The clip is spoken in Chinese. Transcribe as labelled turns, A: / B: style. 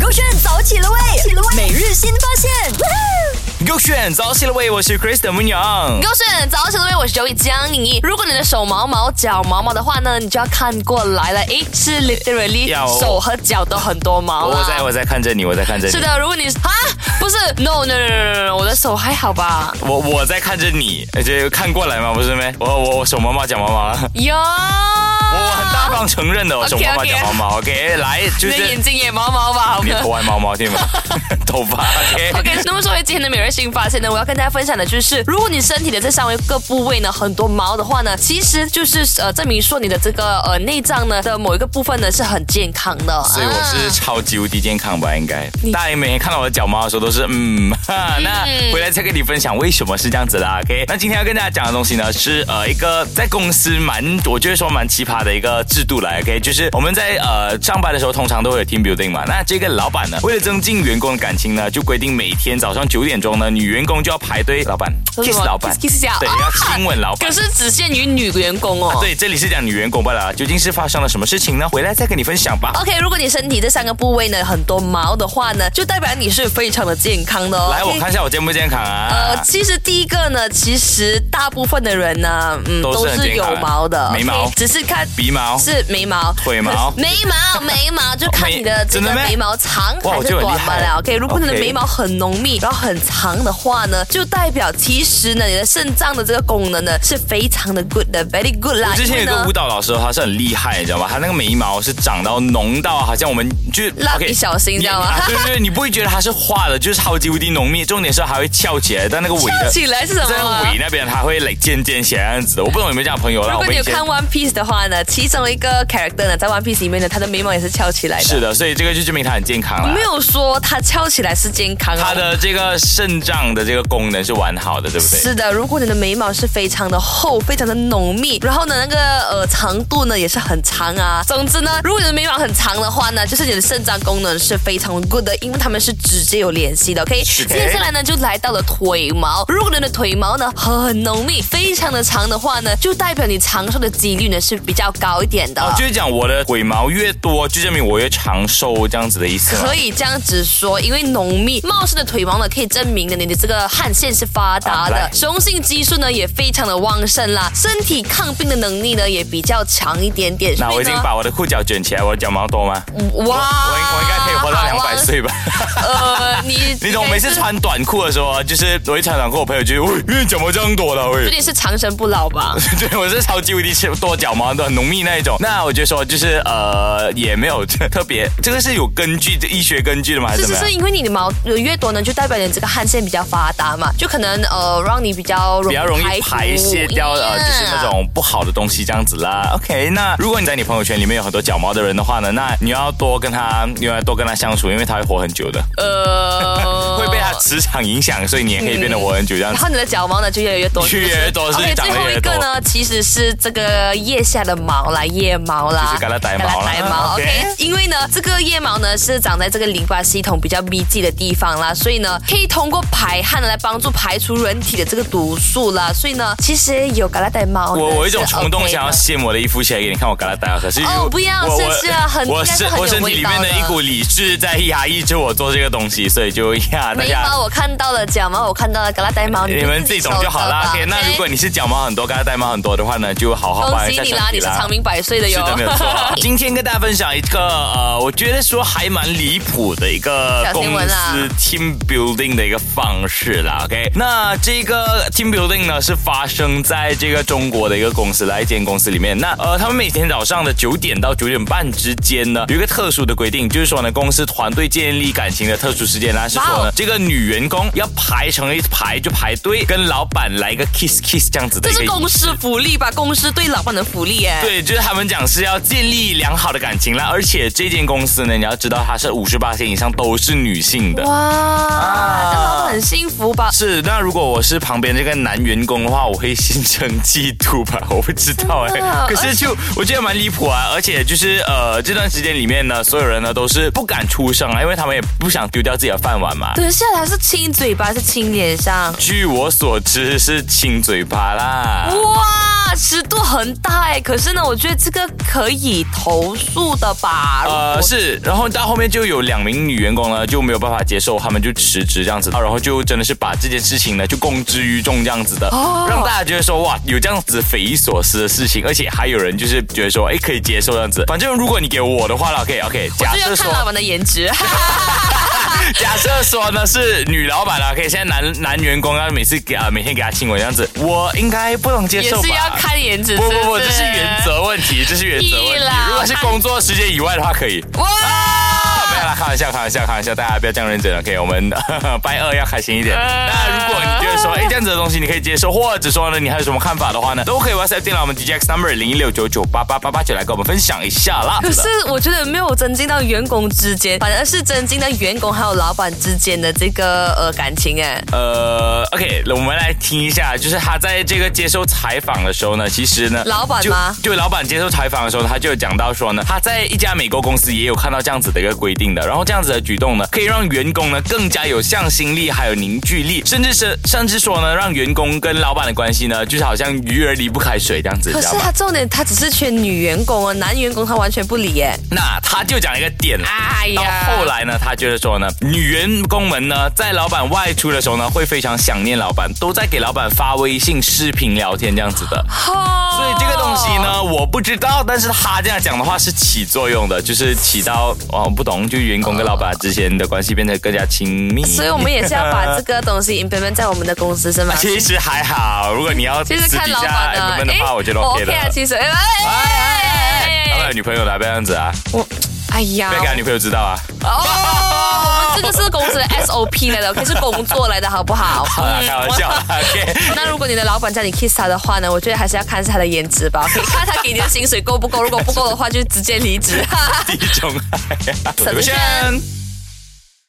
A: 勾选早起了喂，起了喂，每日新发现。
B: 勾选早起了喂，我是 Kristen 文阳。
C: 勾选早起的位，我是周一江颖如果你的手毛毛、脚毛毛的话呢，你就要看过来了。诶，是 literally
B: 呀我
C: 手和脚都很多毛啊
B: 我在我在看着你，我在看着你。
C: 是的，如果你啊，不是 no no no no no，no，我的手还好吧？
B: 我我在看着你，而且看过来嘛，不是咩？我我我手毛毛脚毛 毛，
C: 哟，
B: 我我很大方承认的，我手毛毛
C: OK，OK
B: 脚毛毛。OK，来就
C: 你的
B: 是
C: 眼睛也毛毛吧？好
B: 你
C: 吗
B: 头还毛毛对吗？ 头发 OK。
C: OK，那么说回今天的每日新发现呢，我要跟大家分享的就是，如果你身体的这三维各部位呢很多毛的话呢，其实就是呃证明说你的这个呃内脏呢的某一个部分呢是很健康的。
B: 所以我
C: 啊
B: 是超级无敌健康吧，应该。大家每天看到我的脚毛的时候都是嗯，哈那回来再跟你分享为什么是这样子啦。OK，那今天要跟大家讲的东西呢是呃一个在公司蛮，我觉得说蛮奇葩的一个制度来。OK，就是我们在呃上班的时候通常都会有 team building 嘛，那这个老板呢为了增进员工的感情呢，就规定每天早上九点钟呢，女员工就要排队老板
C: 为什
B: kiss
C: 么
B: 老板
C: kiss 啊一下
B: 对，
C: 啊
B: 要亲吻老板
C: 可。是只限于女员工哦。
B: 啊对，这里是讲女员工罢了，究竟是发生了什么事情呢？回来再跟你分享吧。
C: OK，如果你身体这三个部位呢很多毛的话呢，就代表你是非常的健康的哦。
B: 来，我
C: OK
B: 看一下我健不健康啊？
C: 呃，其实第一个呢，其实大部分的人呢，嗯，
B: 都
C: 都
B: 是很
C: 是
B: 健
C: 有
B: 康的
C: 毛的，
B: 眉毛
C: OK，只是看
B: 鼻毛
C: 是眉毛、
B: 腿 毛
C: 眉毛、眉毛，就看你的这
B: 真的
C: 个
B: 咩
C: 眉毛长
B: 哇
C: 还
B: 我
C: 是
B: 觉得很厉
C: 短
B: 害
C: 吧了。OK，如果你的
B: OK
C: 眉毛很浓密，然后很长的话呢，就代表其实呢，你的肾脏的这个功能呢是非常的 good 的，very good 啦。
B: 我之前有一
C: 因为
B: 个
C: 呢
B: 舞蹈老师，他是很厉害，你知道吧？他那个眉毛是长到浓到，好像我们就是
C: 蜡笔
B: OK，
C: 小新
B: 你
C: 知道吗
B: 啊对对对，你不会觉得它是画的，就是超级无敌浓密。重点是还会翘起来，但那个尾
C: 翘
B: 的
C: 起来是什
B: 在
C: 么
B: 那
C: 啊
B: 个尾？那边它会来尖尖起来这样子。我不懂有没有这样的朋友啦，
C: 如
B: 我
C: 果
B: 们
C: 你
B: 以
C: 有
B: 前
C: 看 One Piece 的话呢，其中一个 character 呢，在 One Piece 里面呢，他的眉毛也是翘起来的。
B: 是的，所以这个就证明他很健康了
C: 没。有说它翘起来是健康、啊。
B: 他的这个肾脏的这个功能是完好的，对不对？
C: 是的，如果你的眉毛是非常的厚、非常的浓密，然后呢，那个呃长度呢也是很长啊。总之呢，如果你的眉毛很长的话呢，就是你的肾脏功能是非常 good 的，因为它们是直接有联系的。OK，
B: 是的
C: 接下来呢就来到了腿毛，如果你的腿毛呢很浓密、非常的长的话呢，就代表你长寿的几率呢是比较高一点的。
B: 哦，就是讲我的腿毛越多，就证明我越长寿这样子的意思吗？
C: 可以这样子说，因为浓密茂盛的腿毛呢，可以证明了你的这个汗腺是发达
B: 啊来
C: 的，雄性激素呢也非常的旺盛啦，身体抗病的能力呢也比较强一点点。
B: 那我
C: 所
B: 已
C: 以
B: 经
C: 呢，
B: 把我的裤脚卷起来，我的脚毛多吗？
C: 哇，
B: 我应我应该可以活到两
C: 啊好啊
B: 百。岁吧？
C: 呃，你
B: 你懂，每次。穿短裤的时候啊，就是我一穿短裤，我朋友就会，喂，你脚毛这样多了，
C: 有
B: 喂。
C: 点是长生不老吧？
B: 对，我是超级无敌多脚毛的，很浓密那一种。
C: 嗯
B: 那我就说，就是呃，也没有特别，这个是有根据的，医学根据的吗？还是
C: 是
B: 怎
C: 是
B: 么样
C: 是，？因为你的毛呃越多呢，就代表你这个汗腺比较发达嘛，就可能呃让你比较容
B: 比较容易
C: 吐
B: 排泄掉呃，就是那。种不好的东西这样子啦。OK，那如果你在你朋友圈里面有很多脚毛的人的话呢，那你要多跟他，你要多跟他相处，因为他会活很久的，
C: 呃，
B: 会被他磁场影响，所以你也可以变得活很久这样子
C: 然。后你的脚毛呢就越来越多，
B: 越来越多
C: 是不
B: 是
C: 是 OK，
B: 长得
C: 最
B: 越来
C: 后
B: 越
C: 一
B: 多
C: 个呢，其实是这个腋下的毛啦，腋毛啦，
B: 就是橄榄带毛啦
C: 橄榄带
B: 啊
C: 毛
B: ，OK
C: ，OK。因为呢，这个腋毛呢是长在这个淋巴系统比较密集的地方啦，所以呢，可以通过排汗来帮助排除人体的这个毒素啦。所以呢，其实有橄榄带毛呢，
B: 我我有一种
C: 是呃
B: 冲动
C: OK 的
B: 想要掀我的衣服起来给你看我嘎啦哒，可是
C: 哦
B: 我
C: 不要
B: 我
C: 是
B: 我
C: 是啊很
B: 我
C: 应该是
B: 身
C: 很有
B: 我身体里面
C: 味道
B: 的
C: 的
B: 一股理智在压抑着我做这个东西，所以就呀大
C: 眉
B: 家
C: 毛我看到了，脚毛我看到了，橄榄带毛
B: 你
C: 就
B: 们自己懂就好啦。
C: 收着
B: OK，
C: 吧
B: 那如果你是脚毛很多、嘎啦带毛很多的话呢，就好好保
C: 恭
B: 养一下
C: 喜哦你
B: 身
C: 啦，你
B: 体
C: 是
B: 啦
C: 长。命百岁的
B: 是
C: 哟，
B: 的，没有 错。今天跟大家分享一个呃，我觉得说还蛮离谱的一个
C: 小
B: 公
C: 新闻啊啦
B: 司 team building 的一个方式啦。OK，那这个 team building 呢是发生在这个中国的一个公司，来一间公司里面。那呃，他们每天早上的九点到九点半之间呢，有一个特殊的规定，就是说呢，公司团队建立感情的特殊时间啦，是
C: 哇
B: 说
C: 哦
B: 呢，这个女员工要排成一排就排队，跟老板来一个 kiss kiss 这样子的一
C: 这
B: 个
C: 是
B: 仪
C: 公
B: 式
C: 司福利吧？公司对老板的福利 哎。
B: 对，就是他们讲是要建立良好的感情啦，而且这间公司呢，你要知道它是五十八以上都是女性的。
C: 哇，那老板很幸福吧？
B: 是，那如果我是旁边这个男员工的话，我会心生嫉妒吧？我不知道哎、
C: 真的
B: 可是就我觉得蛮离谱啊，而且就是呃这段时间里面呢，所有人呢都是不敢出声啊，因为他们也不想丢掉自己的饭碗嘛。
C: 等一下，他是亲嘴巴，是亲脸上。
B: 据我所知是亲嘴巴啦。
C: 哇，它湿度很大哎，可是呢，我觉得这个可以投诉的吧？
B: 呃，
C: 如果
B: 是，然后到后面就有两名女员工呢就没有办法接受，他们就辞职这样子，啊然后就真的是把这件事情呢就公之于众这样子的，
C: 哦
B: 让大家觉得说哇有这样子匪夷所思的事情，而且还有人就是觉得说哎可以接受这样子，反正如果你给我的话了，OK OK，假
C: 就要
B: 设
C: 看
B: 说
C: 老板的颜值。
B: 假设说呢是女老板了，可以现在男男员工要每次给啊、每天给他亲吻这样子，我应该不能接
C: 也
B: 受吧？
C: 是要看颜值，
B: 不不不，
C: 是
B: 这
C: 不
B: 是原。则问题，这是原则问
C: 屁
B: 题
C: 啦。
B: 如果是工作时间以外的话，可以。
C: 哇！
B: 啊，没有啦，开玩笑，开玩笑，开玩笑，大家不要这样认真。OK，我们 拜二要开心一点。
C: 呃
B: 那如果你觉得说，哎，这样子的东西你可以接受，或者说呢，你还有什么看法的话呢，都可以 WhatsApp 电脑我们 DJX number 零一六九九八八八八九来跟我们分享一下啦。
C: 可是我觉得没有增进到员工之间，反而是增进到员工还有老板之间的这个呃感情哎。
B: 呃，OK，我们来听一下，就是他在这个接受采访的时候呢，其实呢，
C: 老板
B: 就
C: 吗
B: 就老板接受采访的时候，他就有讲到说呢，他在一家美国公司也有看到这样子的一个规定的，然后这样子的举动呢，可以让员工呢更加有向心力，还有凝聚力，甚至是甚至说呢，让员工跟老板的关系呢，就是好像鱼儿离不开水这样子，
C: 可
B: 知道
C: 是
B: 吗？
C: 他重点，他只是缺女员工啊，男员工他完全不理哎。
B: 那他就讲一个点啊了。
C: 哎
B: 到
C: 呀，
B: 后来呢，他就是说呢，女员工们呢，在老板外出的时候呢，会非常想念老板，都在给老板发微信、视频聊天这样子的。
C: 哦，
B: 所以这个东西呢，我不知道，但是他这样讲的话是起作用的，就是起到哦，我不懂，就员工跟老板之间的关系变得更加亲密。
C: 所以我们也是要把这 个东西 implement 在我们的公司是吗？
B: 啊其实还好，如果你要
C: 其实
B: 私
C: 看
B: 底
C: 老
B: 下
C: 板啊
B: 你
C: 的，
B: 们的话，我觉得 OK 的。
C: 啊，其实，哎
B: 哎哎哎
C: 哎
B: 哎老板
C: 哎
B: 有女朋友的，不要这样子啊，
C: 我，哎呀
B: 不，要给他女朋友知道啊。
C: 哦，我们这个是公司的 SOP 来的，OK，是工作来的好不好？
B: 好啦，啊开玩笑啦，OK。
C: 那如果你的老板叫你 kiss 他的话呢，我觉得还是要看一下他的颜值吧，可以看他给你的薪水够不够，如果不够的话就直接离职。
B: 第一种爱、啊。
C: Solution